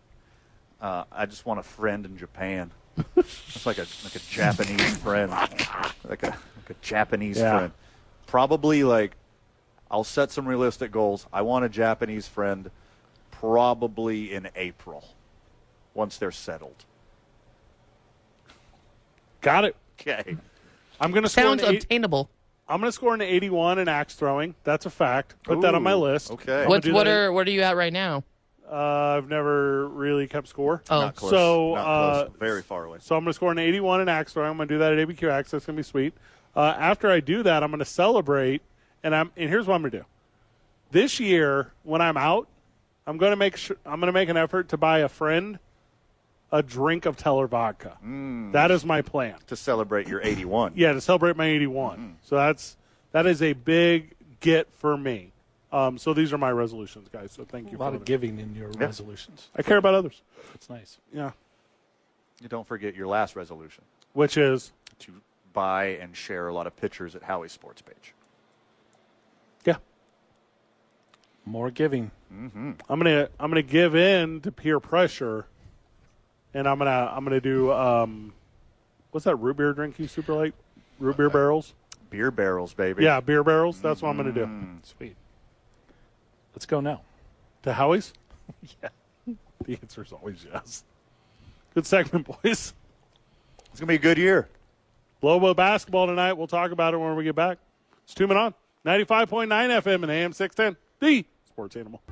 [SPEAKER 5] Uh, I just want a friend in Japan. it's like a like a Japanese friend, like a like a Japanese
[SPEAKER 4] Yeah.
[SPEAKER 5] friend. Probably like I'll set some realistic goals. I want a Japanese friend, probably in April, once they're settled.
[SPEAKER 4] Got it.
[SPEAKER 5] Okay.
[SPEAKER 4] I'm gonna score. An
[SPEAKER 6] Sounds
[SPEAKER 4] eight,
[SPEAKER 6] obtainable.
[SPEAKER 4] I'm gonna score an 81 in axe throwing. That's a fact. Put that on my
[SPEAKER 5] Ooh,
[SPEAKER 4] list.
[SPEAKER 5] okay.
[SPEAKER 4] I'm gonna
[SPEAKER 6] What's,
[SPEAKER 4] do
[SPEAKER 6] what
[SPEAKER 4] that.
[SPEAKER 6] are what are you at right now?
[SPEAKER 4] Uh, I've never really kept score.
[SPEAKER 6] Oh,
[SPEAKER 5] Not close.
[SPEAKER 4] So,
[SPEAKER 5] Not
[SPEAKER 4] uh,
[SPEAKER 5] close. very far away.
[SPEAKER 4] So I'm going to score an 81 in Axe Throwing. I'm going to do that at ABQ Axe. That's going to be sweet. Uh, after I do that, I'm going to celebrate. And I'm and here's what I'm going to do. This year, when I'm out, I'm going to make sure I'm going to make an effort to buy a friend a drink of Teller vodka.
[SPEAKER 5] Mm.
[SPEAKER 4] That is my plan.
[SPEAKER 5] To celebrate your 81.
[SPEAKER 4] Yeah, to celebrate my 81. So that's that is a big get for me. Um, so these are my resolutions, guys. So thank you.
[SPEAKER 7] A lot
[SPEAKER 4] for
[SPEAKER 7] of
[SPEAKER 4] them.
[SPEAKER 7] giving in your resolutions.
[SPEAKER 4] I care about others.
[SPEAKER 7] That's nice.
[SPEAKER 4] Yeah,
[SPEAKER 5] You don't forget your last resolution.
[SPEAKER 4] which is
[SPEAKER 5] to buy and share a lot of pictures at Howie's sports page.
[SPEAKER 4] yeah.
[SPEAKER 7] More giving.
[SPEAKER 4] I'm gonna I'm gonna give in to peer pressure, and I'm gonna I'm gonna do um, what's that root beer drink you super like? Root beer barrels?
[SPEAKER 5] Beer barrels, baby.
[SPEAKER 4] Yeah, beer Mm. barrels. That's what I'm gonna do.
[SPEAKER 7] Sweet. Let's go now.
[SPEAKER 4] To Howie's? yeah. The answer is always yes. Good segment, boys.
[SPEAKER 5] It's going to be a good year.
[SPEAKER 4] Lobo basketball tonight. We'll talk about it when we get back. It's two men on ninety five point nine FM and AM six ten. The sports animal.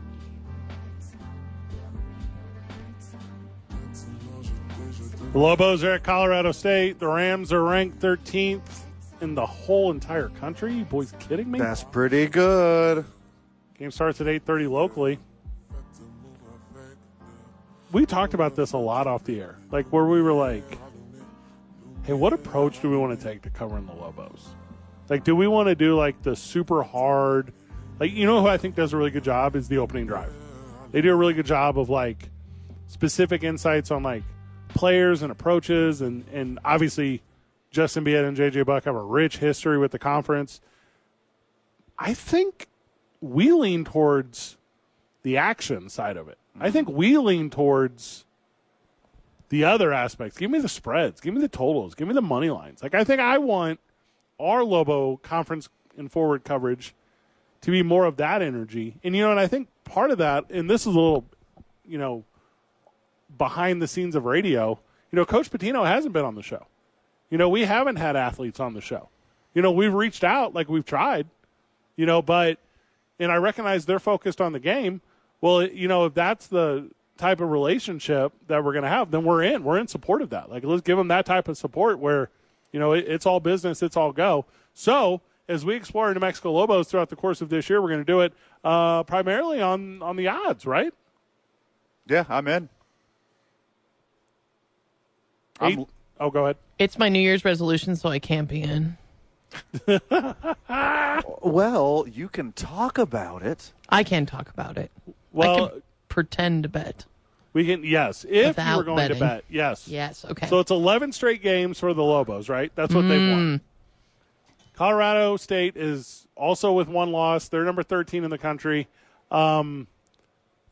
[SPEAKER 4] The Lobos are at Colorado State. The Rams are ranked 13th in the whole entire country. You boys kidding me?
[SPEAKER 5] That's pretty good.
[SPEAKER 4] Game starts at 8:30 locally. We talked about this a lot off the air, like where we were like, "Hey, what approach do we want to take to covering the Lobos? Like, do we want to do like the super hard, like you know who I think does a really good job is the opening drive. They do a really good job of like specific insights on like players and approaches, and and obviously Justin Biet and JJ Buck have a rich history with the conference. I think we lean towards the action side of it. I think we lean towards the other aspects. Give me the spreads. Give me the totals. Give me the money lines. Like I think I want our Lobo conference and forward coverage to be more of that energy. And you know, and I think part of that, and this is a little you know, behind the scenes of radio, you know, Coach Patino hasn't been on the show. You know, we haven't had athletes on the show. You know, we've reached out, like we've tried, you know, but, and I recognize they're focused on the game. Well, you know, if that's the type of relationship that we're going to have, then we're in. We're in support of that. Like, let's give them that type of support where, you know, it, it's all business, it's all go. So, as we explore New Mexico Lobos throughout the course of this year, we're going to do it uh, primarily on, on the odds, right?
[SPEAKER 5] Yeah, I'm in. I'm-
[SPEAKER 4] Eight- oh, go ahead.
[SPEAKER 6] It's my New Year's resolution, so I can't be in.
[SPEAKER 5] well, you can talk about it.
[SPEAKER 6] I can talk about it. I
[SPEAKER 4] Well,
[SPEAKER 6] can pretend to bet.
[SPEAKER 4] we can, yes, if you were
[SPEAKER 6] Without
[SPEAKER 4] going
[SPEAKER 6] betting.
[SPEAKER 4] to bet, yes.
[SPEAKER 6] Yes. Okay.
[SPEAKER 4] So it's 11 straight games for the Lobos, right? That's what they've won. Colorado State is also with one loss. They're number 13 in the country. Um,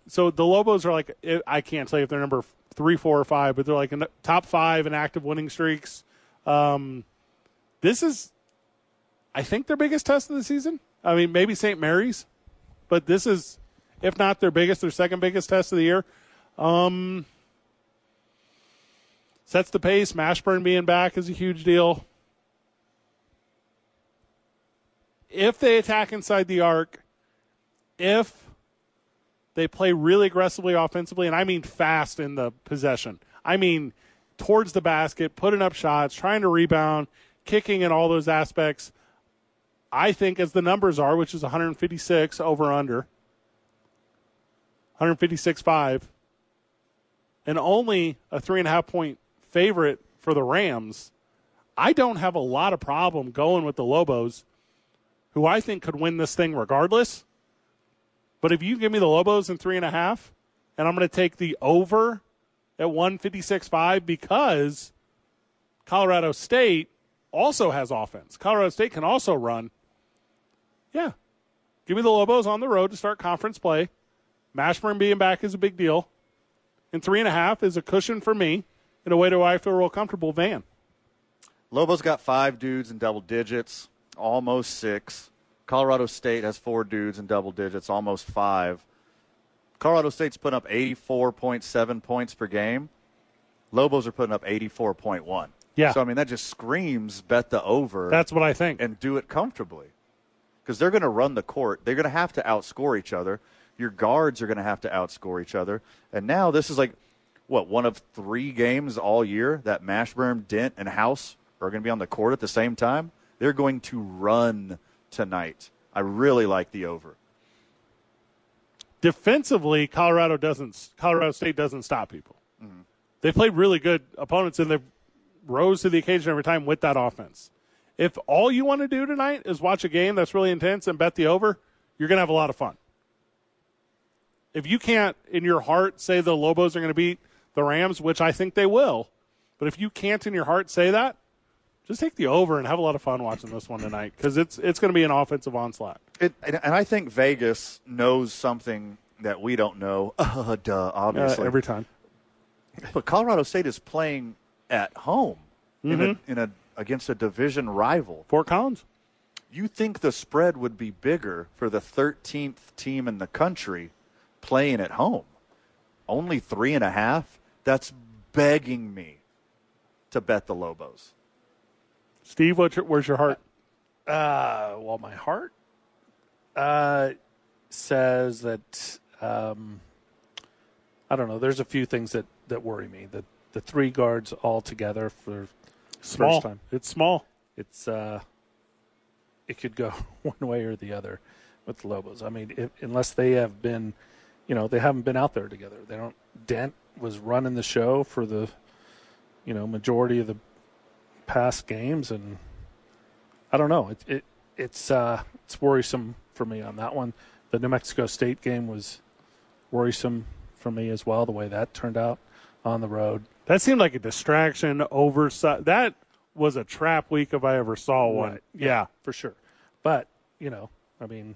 [SPEAKER 4] so the Lobos are like, I- I can't say if they're number f- three, four, or five, but they're like in the top five in active winning streaks. Um, this is, I think, their biggest test of the season. I mean, maybe St. Mary's, but this is, if not their biggest, their second biggest test of the year. sets the pace. Mashburn being back is a huge deal. If they attack inside the arc, if they play really aggressively offensively, and I mean fast in the possession, I mean towards the basket, putting up shots, trying to rebound, kicking, and all those aspects. I think, as the numbers are, which is 156 over under, 156.5 and only a three and a half point favorite for the Rams, I don't have a lot of problem going with the Lobos, who I think could win this thing regardless. But if you give me the Lobos in three and a half, and I'm going to take the over at 156.5 because Colorado State also has offense. Colorado State can also run. Yeah. Give me the Lobos on the road to start conference play. Mashburn being back is a big deal and three and a half is a cushion for me in a way to where I feel real comfortable. Van,
[SPEAKER 5] Lobo's got five dudes in double digits, almost six. Colorado State has four dudes in double digits, almost five. Colorado State's putting up 84.7 points per game. Lobos are putting up 84.1.
[SPEAKER 4] Yeah.
[SPEAKER 5] So, I mean, that just screams bet the over
[SPEAKER 4] that's what I think.
[SPEAKER 5] and do it comfortably because they're going to run the court. They're going to have to outscore each other. Your guards are going to have to outscore each other. And now this is like, what, one of three games all year that Mashburn, Dent, and House are going to be on the court at the same time? They're going to run tonight. I really like the over.
[SPEAKER 4] Defensively, Colorado doesn't. Colorado State doesn't stop people. They played really good opponents, and they rose to the occasion every time with that offense. If all you want to do tonight is watch a game that's really intense and bet the over, you're going to have a lot of fun. If you can't, in your heart, say the Lobos are going to beat the Rams, which I think they will, but if you can't in your heart say that, just take the over and have a lot of fun watching this one tonight because it's it's going to be an offensive onslaught.
[SPEAKER 5] It, and, and I think Vegas knows something that we don't know. Uh, duh,
[SPEAKER 4] Uh,
[SPEAKER 5] obviously.
[SPEAKER 4] every time,
[SPEAKER 5] But Colorado State is playing at home in a,
[SPEAKER 4] Mm-hmm.
[SPEAKER 5] in a against a division rival.
[SPEAKER 4] Fort Collins.
[SPEAKER 5] You think the spread would be bigger for the 13th team in the country playing at home? Only three and a half? That's begging me to bet the Lobos.
[SPEAKER 4] Steve, what's your, where's your heart?
[SPEAKER 7] Uh, well, my heart uh, says that um, I don't know. There's a few things that, that worry me. The the three guards all together for
[SPEAKER 4] Small.
[SPEAKER 7] first time.
[SPEAKER 4] It's small.
[SPEAKER 7] It's uh, it could go one way or the other with the Lobos. I mean, if, unless they have been, you know, they haven't been out there together. They don't. Dent was running the show for the, you know, majority of the past games, and I don't know. It it it's uh it's worrisome for me on that one. The New Mexico State game was worrisome for me as well. The way that turned out on the road.
[SPEAKER 4] That seemed like a distraction, oversight. That was a trap week if I ever saw one.
[SPEAKER 7] Right.
[SPEAKER 4] Yeah.
[SPEAKER 7] for sure. But you know, I mean,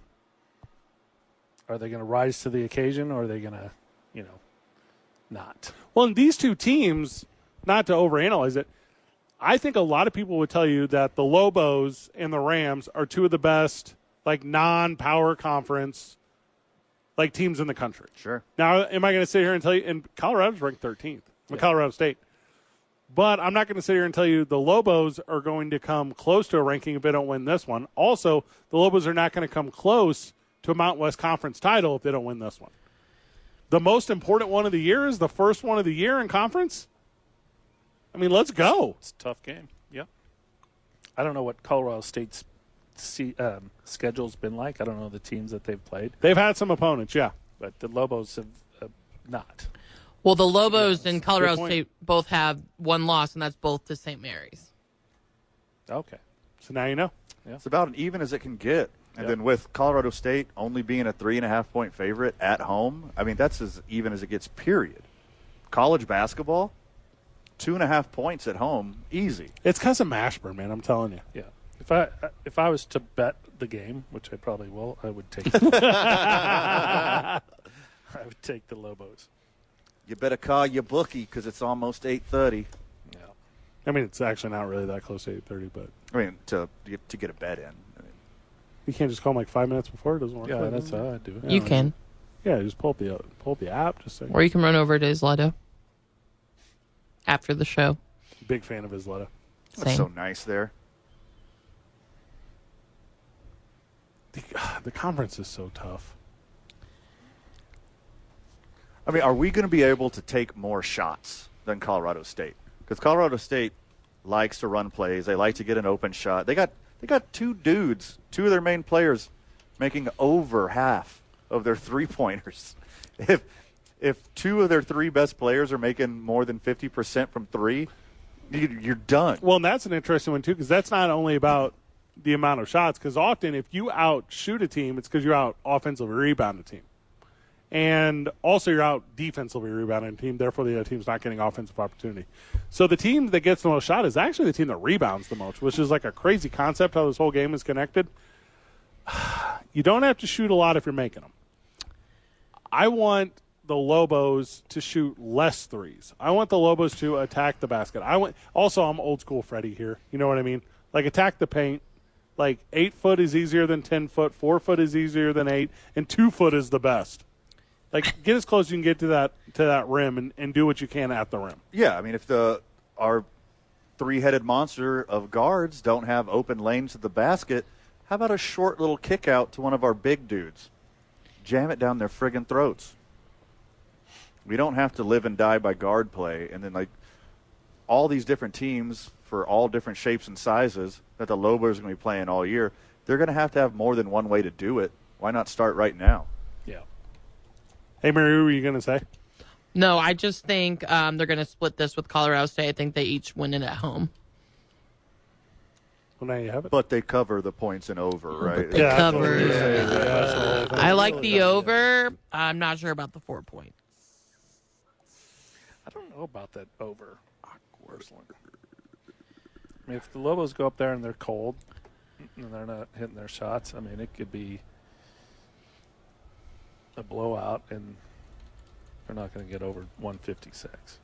[SPEAKER 7] are they going to rise to the occasion, or are they going to, you know, not?
[SPEAKER 4] Well, and these two teams, not to overanalyze it, I think a lot of people would tell you that the Lobos and the Rams are two of the best, like non-power conference like teams in the country.
[SPEAKER 5] Sure.
[SPEAKER 4] Now, am I going to sit here and tell you? And Colorado's ranked 13th, I mean, Colorado State. But I'm not going to sit here and tell you the Lobos are going to come close to a ranking if they don't win this one. Also, the Lobos are not going to come close to a Mountain West Conference title if they don't win this one. The most important one of the year is the first one of the year in conference. I mean, let's go.
[SPEAKER 7] It's a tough game. Yep. I don't know what Colorado State's se- um, schedule's been like. I don't know the teams that they've played,
[SPEAKER 4] They've had some opponents, yeah.
[SPEAKER 7] but the Lobos have uh, not.
[SPEAKER 6] Well, the Lobos and Colorado
[SPEAKER 4] point.
[SPEAKER 6] State both have one loss, and that's both to St. Mary's.
[SPEAKER 7] Okay.
[SPEAKER 4] So now you know.
[SPEAKER 5] It's about as even as it can get. And
[SPEAKER 7] Yeah.
[SPEAKER 5] then with Colorado State only being a three and a half point favorite at home, I mean, that's as even as it gets, period. College basketball, two and a half points at home, easy.
[SPEAKER 4] It's because of Mashburn, man. I'm telling you.
[SPEAKER 7] Yeah. If I if I was to bet the game, which I probably will, I would take. I would take the Lobos.
[SPEAKER 5] You better call your bookie because it's almost 8.30.
[SPEAKER 7] Yeah.
[SPEAKER 4] I mean, it's actually not really that close to 8:30, but
[SPEAKER 5] I mean, to, to get a bet in. I mean,
[SPEAKER 4] you can't just call them like five minutes before. It doesn't work.
[SPEAKER 7] Yeah,
[SPEAKER 4] like
[SPEAKER 7] that's
[SPEAKER 4] that.
[SPEAKER 7] how I do it.
[SPEAKER 6] You can,
[SPEAKER 4] yeah. Just pull up the pull up the app. Just say,
[SPEAKER 6] or you can run over to Isleta after the show.
[SPEAKER 4] big fan of Isleta.
[SPEAKER 5] that's
[SPEAKER 6] Same.
[SPEAKER 5] so nice there.
[SPEAKER 4] The, the conference is so tough.
[SPEAKER 5] I mean, are we going to be able to take more shots than Colorado State? Because Colorado State likes to run plays. They like to get an open shot. They got they got two dudes, two of their main players, making over half of their three pointers. If if two of their three best players are making more than fifty percent from three, you, you're done.
[SPEAKER 4] Well, and that's an interesting one too, because that's not only about the amount of shots. Because often, if you out shoot a team, it's because you're out offensively rebound a team, and also you're out defensively rebounding a team. Therefore, the other team's not getting offensive opportunity. So the team that gets the most shot is actually the team that rebounds the most, which is like a crazy concept how this whole game is connected. You don't have to shoot a lot if you're making them. I want the Lobos to shoot less threes. I want the Lobos to attack the basket. I want also I'm old school Freddy here. You know what I mean? Like attack the paint. Like eight foot is easier than ten foot, four foot is easier than eight, and two foot is the best. Like get as close as you can get to that to that rim and, and do what you can at the rim.
[SPEAKER 5] Yeah, I mean, if the our three-headed monster of guards don't have open lanes to the basket, how about a short little kick out to one of our big dudes? Jam it down their friggin' throats. We don't have to live and die by guard play, and then like all these different teams for all different shapes and sizes that the Lobos are going to be playing all year. They're going to have to have more than one way to do it. Why not start right now?
[SPEAKER 7] Yeah.
[SPEAKER 4] Hey Mary, what were you gonna say?
[SPEAKER 6] No, I just think um, they're going to split this with Colorado State. I think they each win it at home.
[SPEAKER 4] Well now you have it.
[SPEAKER 5] But they cover the points and over, right?
[SPEAKER 6] they
[SPEAKER 4] Yeah, that's what
[SPEAKER 6] cover.
[SPEAKER 4] we were saying. Yeah, that's what we were
[SPEAKER 6] I like the over. I'm not sure about the four point.
[SPEAKER 7] I don't know about that over. Personally. I mean, if the Lobos go up there and they're cold and they're not hitting their shots, I mean, it could be a blowout and they're not going to get over 156.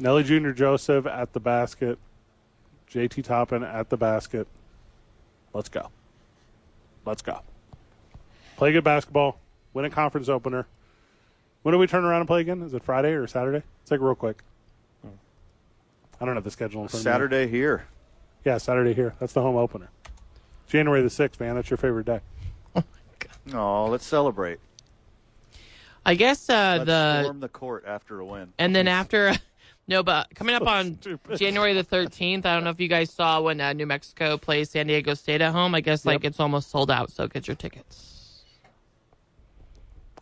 [SPEAKER 4] Nelly Jr. Joseph at the basket. JT Toppin at the basket. Let's go. Let's go. Play good basketball. Win a conference opener. When do we turn around and play again? Is it Friday or Saturday? It's like real quick. I don't have the schedule in front of me.
[SPEAKER 5] Saturday here.
[SPEAKER 4] Yeah, Saturday here. That's the home opener. January the 6th, man. That's your favorite day.
[SPEAKER 5] Oh, let's celebrate.
[SPEAKER 6] I guess uh,
[SPEAKER 5] Let's
[SPEAKER 6] the
[SPEAKER 5] storm the court after a win.
[SPEAKER 6] and then after no, but coming up on January the 13th. I don't know if you guys saw when uh, New Mexico plays San Diego State at home. I guess like it's almost sold out, so get your tickets.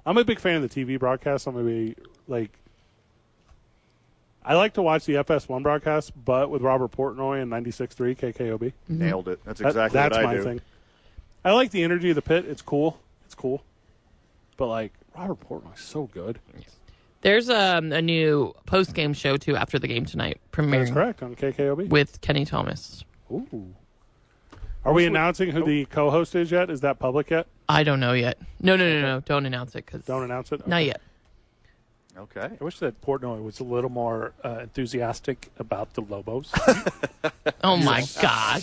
[SPEAKER 4] I'm a big fan of the TV broadcast. I'm gonna be like, I like to watch the FS1 broadcast, but with Robert Portnoy and 96.3 KKOB.
[SPEAKER 6] Mm-hmm.
[SPEAKER 5] Nailed it. That's
[SPEAKER 4] That-
[SPEAKER 5] exactly
[SPEAKER 4] that's
[SPEAKER 5] what I
[SPEAKER 4] my
[SPEAKER 5] do.
[SPEAKER 4] thing. I like the energy of the pit. It's cool. It's cool. But like Robert Portnoy's so good.
[SPEAKER 6] There's um, a new post game show too after the game tonight,
[SPEAKER 4] That's
[SPEAKER 6] premiering
[SPEAKER 4] correct on KKOB.
[SPEAKER 6] with Kenny Thomas.
[SPEAKER 4] Ooh. Are we announcing who the co-host is yet? Is that public yet?
[SPEAKER 6] I don't know yet. No, no, no, no. Don't announce it because
[SPEAKER 4] Don't announce it.
[SPEAKER 6] not yet.
[SPEAKER 5] Okay.
[SPEAKER 7] I wish that Portnoy was a little more uh, enthusiastic about the Lobos.
[SPEAKER 6] Oh my gosh.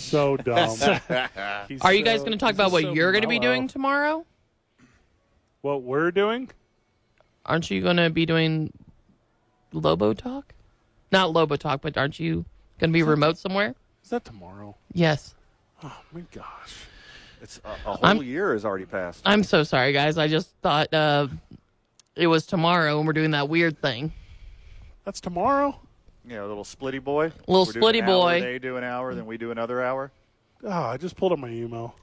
[SPEAKER 4] So dumb.
[SPEAKER 7] He's
[SPEAKER 6] Are you guys
[SPEAKER 7] so-
[SPEAKER 6] going to talk
[SPEAKER 7] he's
[SPEAKER 6] about what
[SPEAKER 7] so
[SPEAKER 6] you're going to be
[SPEAKER 7] mellow.
[SPEAKER 6] doing tomorrow?
[SPEAKER 4] what we're doing?
[SPEAKER 6] aren't you going to be doing Lobo Talk? Not Lobo Talk, but aren't you going to be remote somewhere?
[SPEAKER 4] Is that tomorrow?
[SPEAKER 6] Yes.
[SPEAKER 4] Oh my gosh.
[SPEAKER 5] It's a, a whole
[SPEAKER 6] I'm-
[SPEAKER 5] year has already passed.
[SPEAKER 6] I'm so sorry, guys. I just thought uh, it was tomorrow and we're doing that weird thing.
[SPEAKER 4] That's tomorrow?
[SPEAKER 5] You know, little splitty boy.
[SPEAKER 6] Little
[SPEAKER 5] We're doing
[SPEAKER 6] splitty
[SPEAKER 5] an hour,
[SPEAKER 6] boy.
[SPEAKER 5] They do an hour, then we do another hour.
[SPEAKER 4] Oh, I just pulled up my email.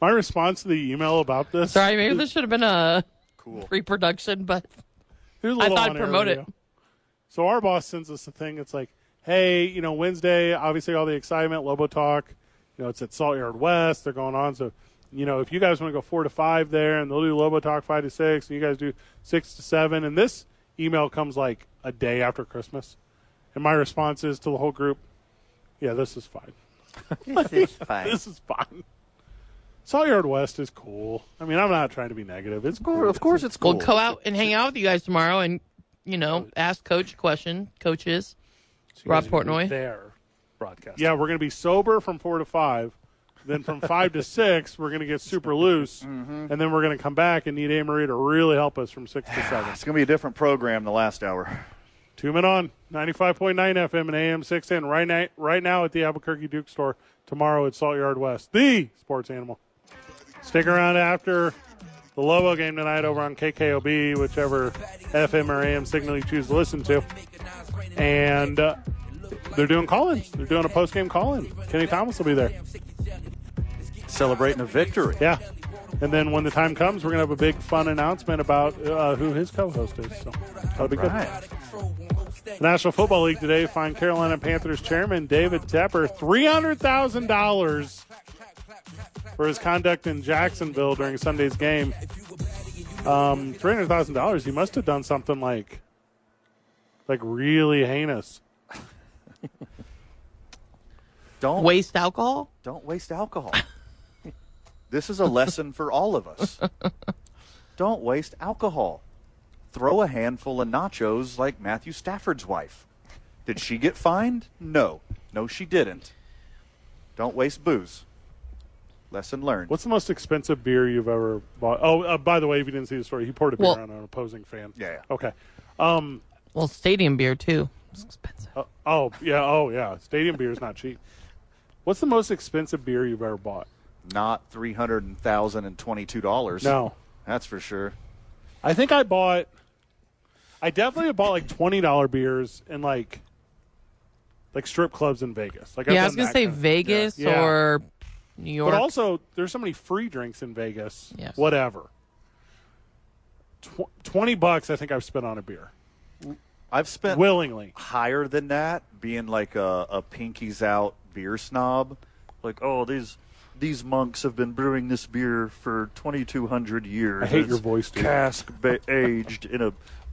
[SPEAKER 4] My response to the email about this.
[SPEAKER 6] Sorry, maybe this should have been a
[SPEAKER 5] Cool.
[SPEAKER 6] pre production, but
[SPEAKER 4] Here's a
[SPEAKER 6] I
[SPEAKER 4] little
[SPEAKER 6] thought
[SPEAKER 4] on-air
[SPEAKER 6] promote it.
[SPEAKER 4] radio. So our boss sends us a thing. It's like, hey, you know, Wednesday, obviously all the excitement, Lobo Talk. You know, it's at Salt Yard West. They're going on. So, you know, if you guys want to go four to five there, and they'll do Lobo Talk five to six, and you guys do six to seven, and this email comes like a day after Christmas, and my response is to the whole group, yeah, this is fine. This is fine. Salt Yard West is cool. I mean, I'm not trying to be negative. It's cool.
[SPEAKER 5] Of course, it's cool.
[SPEAKER 6] we'll go out and hang out with you guys tomorrow and, you know, ask Coach a question. Coaches.
[SPEAKER 7] So you guys
[SPEAKER 6] Rob
[SPEAKER 7] are gonna be
[SPEAKER 6] Portnoy.
[SPEAKER 7] There, broadcast.
[SPEAKER 4] Yeah, we're going to be sober from four to five. Then from five to six, we're going to get super loose, and then we're going to come back and need A. Marie to really help us from six to seven.
[SPEAKER 5] It's going to be a different program the last hour.
[SPEAKER 4] Two men on ninety-five point nine FM and AM six ten right now. Right now at the Albuquerque Duke store. Tomorrow at Salt Yard West, the sports animal. Stick around after the Lobo game tonight over on KKOB, whichever FM or AM signal you choose to listen to, and. Uh, they're doing call-ins. They're doing a post-game call-in. Kenny Thomas will be there.
[SPEAKER 5] Celebrating a victory.
[SPEAKER 4] Yeah. And then when the time comes, we're going to have a big fun announcement about uh, who his co host is. So that'll be good.
[SPEAKER 5] Right.
[SPEAKER 4] The National Football League today fined Carolina Panthers chairman David Tepper $300,000 for his conduct in Jacksonville during Sunday's game. Um, $300,000. He must have done something like, like really heinous.
[SPEAKER 5] Don't
[SPEAKER 6] Waste alcohol?
[SPEAKER 5] don't waste alcohol. this is a lesson for all of us. Don't waste alcohol. Throw a handful of nachos like Matthew Stafford's wife. Did she get fined? No. No, she didn't. Don't waste booze. Lesson learned.
[SPEAKER 4] What's the most expensive beer you've ever bought? Oh, uh, by the way, if you didn't see the story, he poured a beer
[SPEAKER 6] Well-
[SPEAKER 4] on an opposing fan.
[SPEAKER 5] Yeah, yeah.
[SPEAKER 4] Okay. Um,
[SPEAKER 6] Well, stadium beer, too. It's expensive.
[SPEAKER 4] Uh, oh yeah, oh yeah. Stadium beer is not cheap. What's the most expensive beer you've ever bought?
[SPEAKER 5] Not three hundred and thousand and twenty-two dollars.
[SPEAKER 4] No,
[SPEAKER 5] that's for sure.
[SPEAKER 4] I think I bought. I definitely bought like twenty dollar beers in like, like strip clubs in Vegas. Like I've
[SPEAKER 6] yeah, I was
[SPEAKER 4] done
[SPEAKER 6] going to
[SPEAKER 4] that
[SPEAKER 6] say
[SPEAKER 4] kind of-
[SPEAKER 6] Vegas
[SPEAKER 4] Yeah. Yeah.
[SPEAKER 6] or New York.
[SPEAKER 4] But also, there's so many free drinks in Vegas.
[SPEAKER 6] Yes.
[SPEAKER 4] Whatever. Tw- twenty bucks, I think I've spent on a beer
[SPEAKER 5] I've spent
[SPEAKER 4] willingly.
[SPEAKER 5] higher than that, being like a, a pinkies out beer snob. Like, oh, these these monks have been brewing this beer for 2,200 years.
[SPEAKER 4] I hate
[SPEAKER 5] It's
[SPEAKER 4] your voice, dude.
[SPEAKER 5] Cask ba- aged in a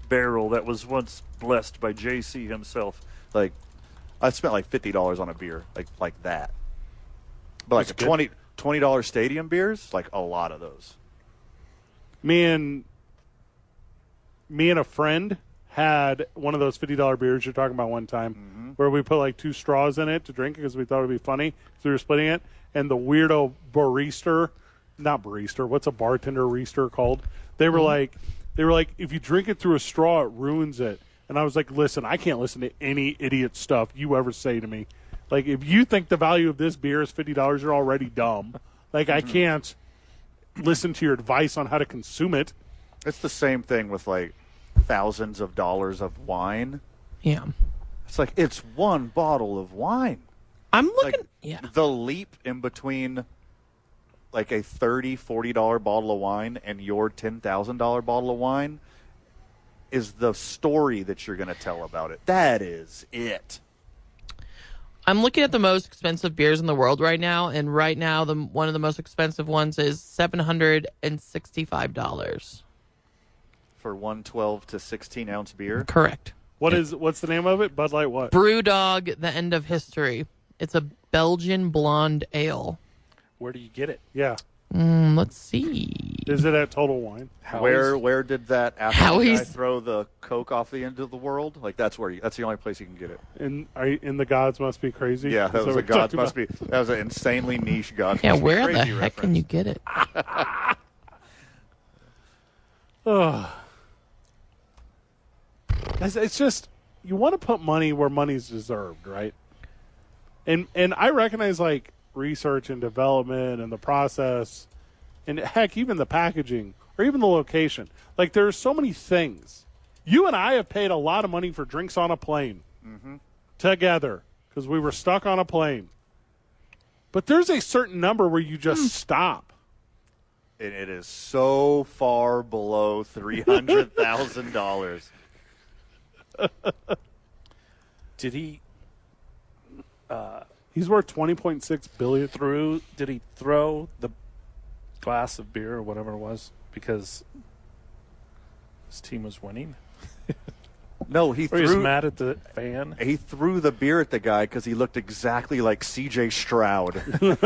[SPEAKER 5] barrel that was once blessed by JC himself. Like, I spent like fifty dollars on a beer, like like that. But like a
[SPEAKER 4] That's good.
[SPEAKER 5] twenty twenty dollar stadium beers, like a lot of those.
[SPEAKER 4] me and me and a friend had one of those fifty dollar beers you're talking about one time, where we put like two straws in it to drink because we thought it'd be funny. So we were splitting it, and the weirdo barista, not barista, what's a bartender barista called? They were like, they were like, if you drink it through a straw, it ruins it. And I was like, listen, I can't listen to any idiot stuff you ever say to me. Like, if you think the value of this beer is fifty dollars, you're already dumb. Like, I can't listen to your advice on how to consume it.
[SPEAKER 5] It's the same thing with like thousands of dollars of wine.
[SPEAKER 6] yeah.
[SPEAKER 5] It's like it's one bottle of wine.
[SPEAKER 6] I'm looking.
[SPEAKER 5] like
[SPEAKER 6] yeah.
[SPEAKER 5] the leap in between like a 30 40 dollar bottle of wine and your $10,000 bottle of wine is the story that you're going to tell about it. That is it.
[SPEAKER 6] I'm looking at the most expensive beers in the world right now, and right now the one of the most expensive ones is seven hundred and sixty-five dollars.
[SPEAKER 5] For 112 to 16 ounce beer,
[SPEAKER 6] Correct.
[SPEAKER 4] What is what's the name of it? Bud Light what?
[SPEAKER 6] Brewdog, the end of history. It's a Belgian blonde ale.
[SPEAKER 7] Where do you get it?
[SPEAKER 4] Yeah.
[SPEAKER 6] Mm, Let's see.
[SPEAKER 4] Is it at Total Wine?
[SPEAKER 7] Howie's?
[SPEAKER 5] where where did that after the guy
[SPEAKER 6] Howie's-
[SPEAKER 5] throw the coke off the end of the world? Like that's where you, that's the only place you can get it.
[SPEAKER 4] In are you, in the gods must be crazy.
[SPEAKER 5] Yeah, that
[SPEAKER 4] Is
[SPEAKER 5] was a
[SPEAKER 4] what
[SPEAKER 5] god
[SPEAKER 4] we're
[SPEAKER 5] must
[SPEAKER 4] talking
[SPEAKER 5] be that was an insanely niche god.
[SPEAKER 6] Yeah,
[SPEAKER 5] must be
[SPEAKER 6] where the
[SPEAKER 5] crazy
[SPEAKER 6] heck
[SPEAKER 5] reference.
[SPEAKER 6] can you get it?
[SPEAKER 4] about? Ugh. It's, it's just you want to put money where money's deserved, right? And and I recognize like research and development and the process, and heck, even the packaging or even the location. Like there are so many things. You and I have paid a lot of money for drinks on a plane together because we were stuck on a plane. But there's a certain number where you just stop.
[SPEAKER 5] and it is so far below three hundred thousand dollars.
[SPEAKER 7] Did he
[SPEAKER 4] He's worth twenty point six billion.
[SPEAKER 7] threw? Did he throw the glass of beer or whatever it was because his team was winning?
[SPEAKER 5] No, he
[SPEAKER 7] Or he was
[SPEAKER 5] threw
[SPEAKER 7] mad at the fan?
[SPEAKER 5] he threw the beer at the guy because he looked exactly like C.J. Stroud, who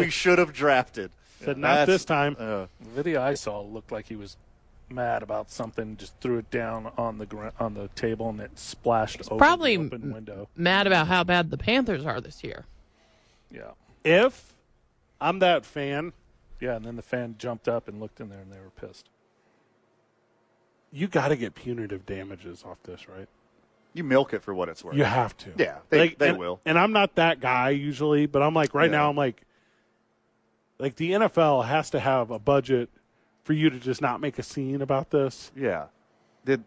[SPEAKER 5] he should have drafted.
[SPEAKER 4] Said not this time.
[SPEAKER 5] Uh,
[SPEAKER 7] The video I saw looked like he was mad about something. Just threw it down on the ground, on the table, and it splashed over
[SPEAKER 6] probably
[SPEAKER 7] the open
[SPEAKER 6] m-
[SPEAKER 7] window.
[SPEAKER 6] Mad about how bad the Panthers are this year.
[SPEAKER 7] Yeah.
[SPEAKER 4] if I'm that fan,
[SPEAKER 7] Yeah, and then the fan jumped up and looked in there, and they were pissed.
[SPEAKER 4] you got to get punitive damages off this, right?
[SPEAKER 5] you milk it for what it's worth.
[SPEAKER 4] You have to.
[SPEAKER 5] Yeah, they- they
[SPEAKER 4] and,
[SPEAKER 5] will.
[SPEAKER 4] And I'm not that guy usually, but I'm like right
[SPEAKER 5] Yeah.
[SPEAKER 4] now I'm like like the NFL has to have a budget for you to just not make a scene about this.
[SPEAKER 5] Yeah. Did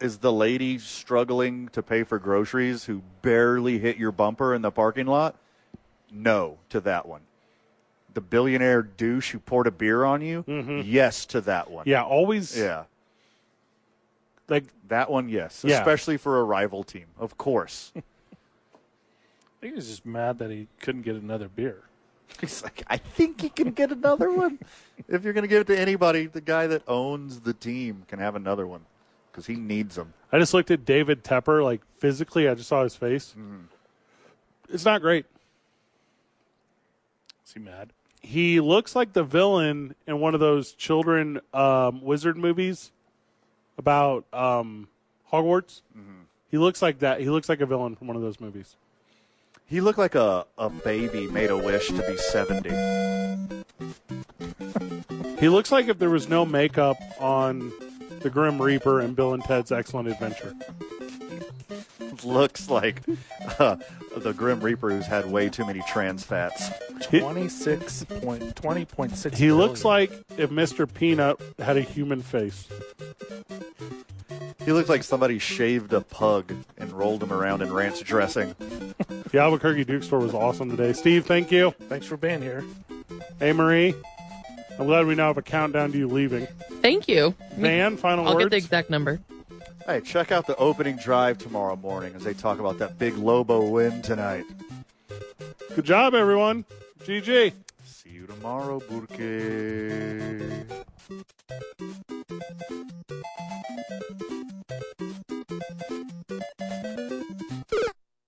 [SPEAKER 5] is the lady struggling to pay for groceries who barely hit your bumper in the parking lot? No to that one. The billionaire douche who poured a beer on you? Yes to that one.
[SPEAKER 4] Yeah, always
[SPEAKER 5] Yeah.
[SPEAKER 4] like
[SPEAKER 5] That one, yes.
[SPEAKER 4] Yeah.
[SPEAKER 5] Especially for a rival team, of course.
[SPEAKER 7] I think he was just mad that he couldn't get another beer.
[SPEAKER 5] He's like, I think he can get another one. if you're going to give it to anybody, the guy that owns the team can have another one because he needs them.
[SPEAKER 4] I just looked at David Tepper like physically, I just saw his face.
[SPEAKER 5] Mm-hmm.
[SPEAKER 4] It's not great.
[SPEAKER 7] Is he mad?
[SPEAKER 4] He looks like the villain in one of those children um, wizard movies about um, Hogwarts. He looks like that. He looks like a villain from one of those movies.
[SPEAKER 5] He looked like a, a baby made a wish to be 70.
[SPEAKER 4] He looks like if there was no makeup on the Grim Reaper and Bill and Ted's Excellent Adventure.
[SPEAKER 5] looks like uh, the Grim Reaper who's had way too many trans fats.
[SPEAKER 4] He-
[SPEAKER 7] Twenty six point twenty point six.
[SPEAKER 4] He looks like if Mr. Peanut had a human face.
[SPEAKER 5] He looks like somebody shaved a pug and rolled him around in ranch dressing.
[SPEAKER 4] The Albuquerque Duke store was awesome today. Steve, thank you.
[SPEAKER 7] Thanks for being here.
[SPEAKER 4] Hey, Marie. I'm glad we now have a countdown to you leaving.
[SPEAKER 6] Thank you.
[SPEAKER 4] Van, final
[SPEAKER 6] I'll
[SPEAKER 4] words.
[SPEAKER 6] get the exact number.
[SPEAKER 5] Hey, check out the opening drive tomorrow morning as they talk about that big Lobo win tonight.
[SPEAKER 4] Good job, everyone. GG.
[SPEAKER 5] See you tomorrow, Burke.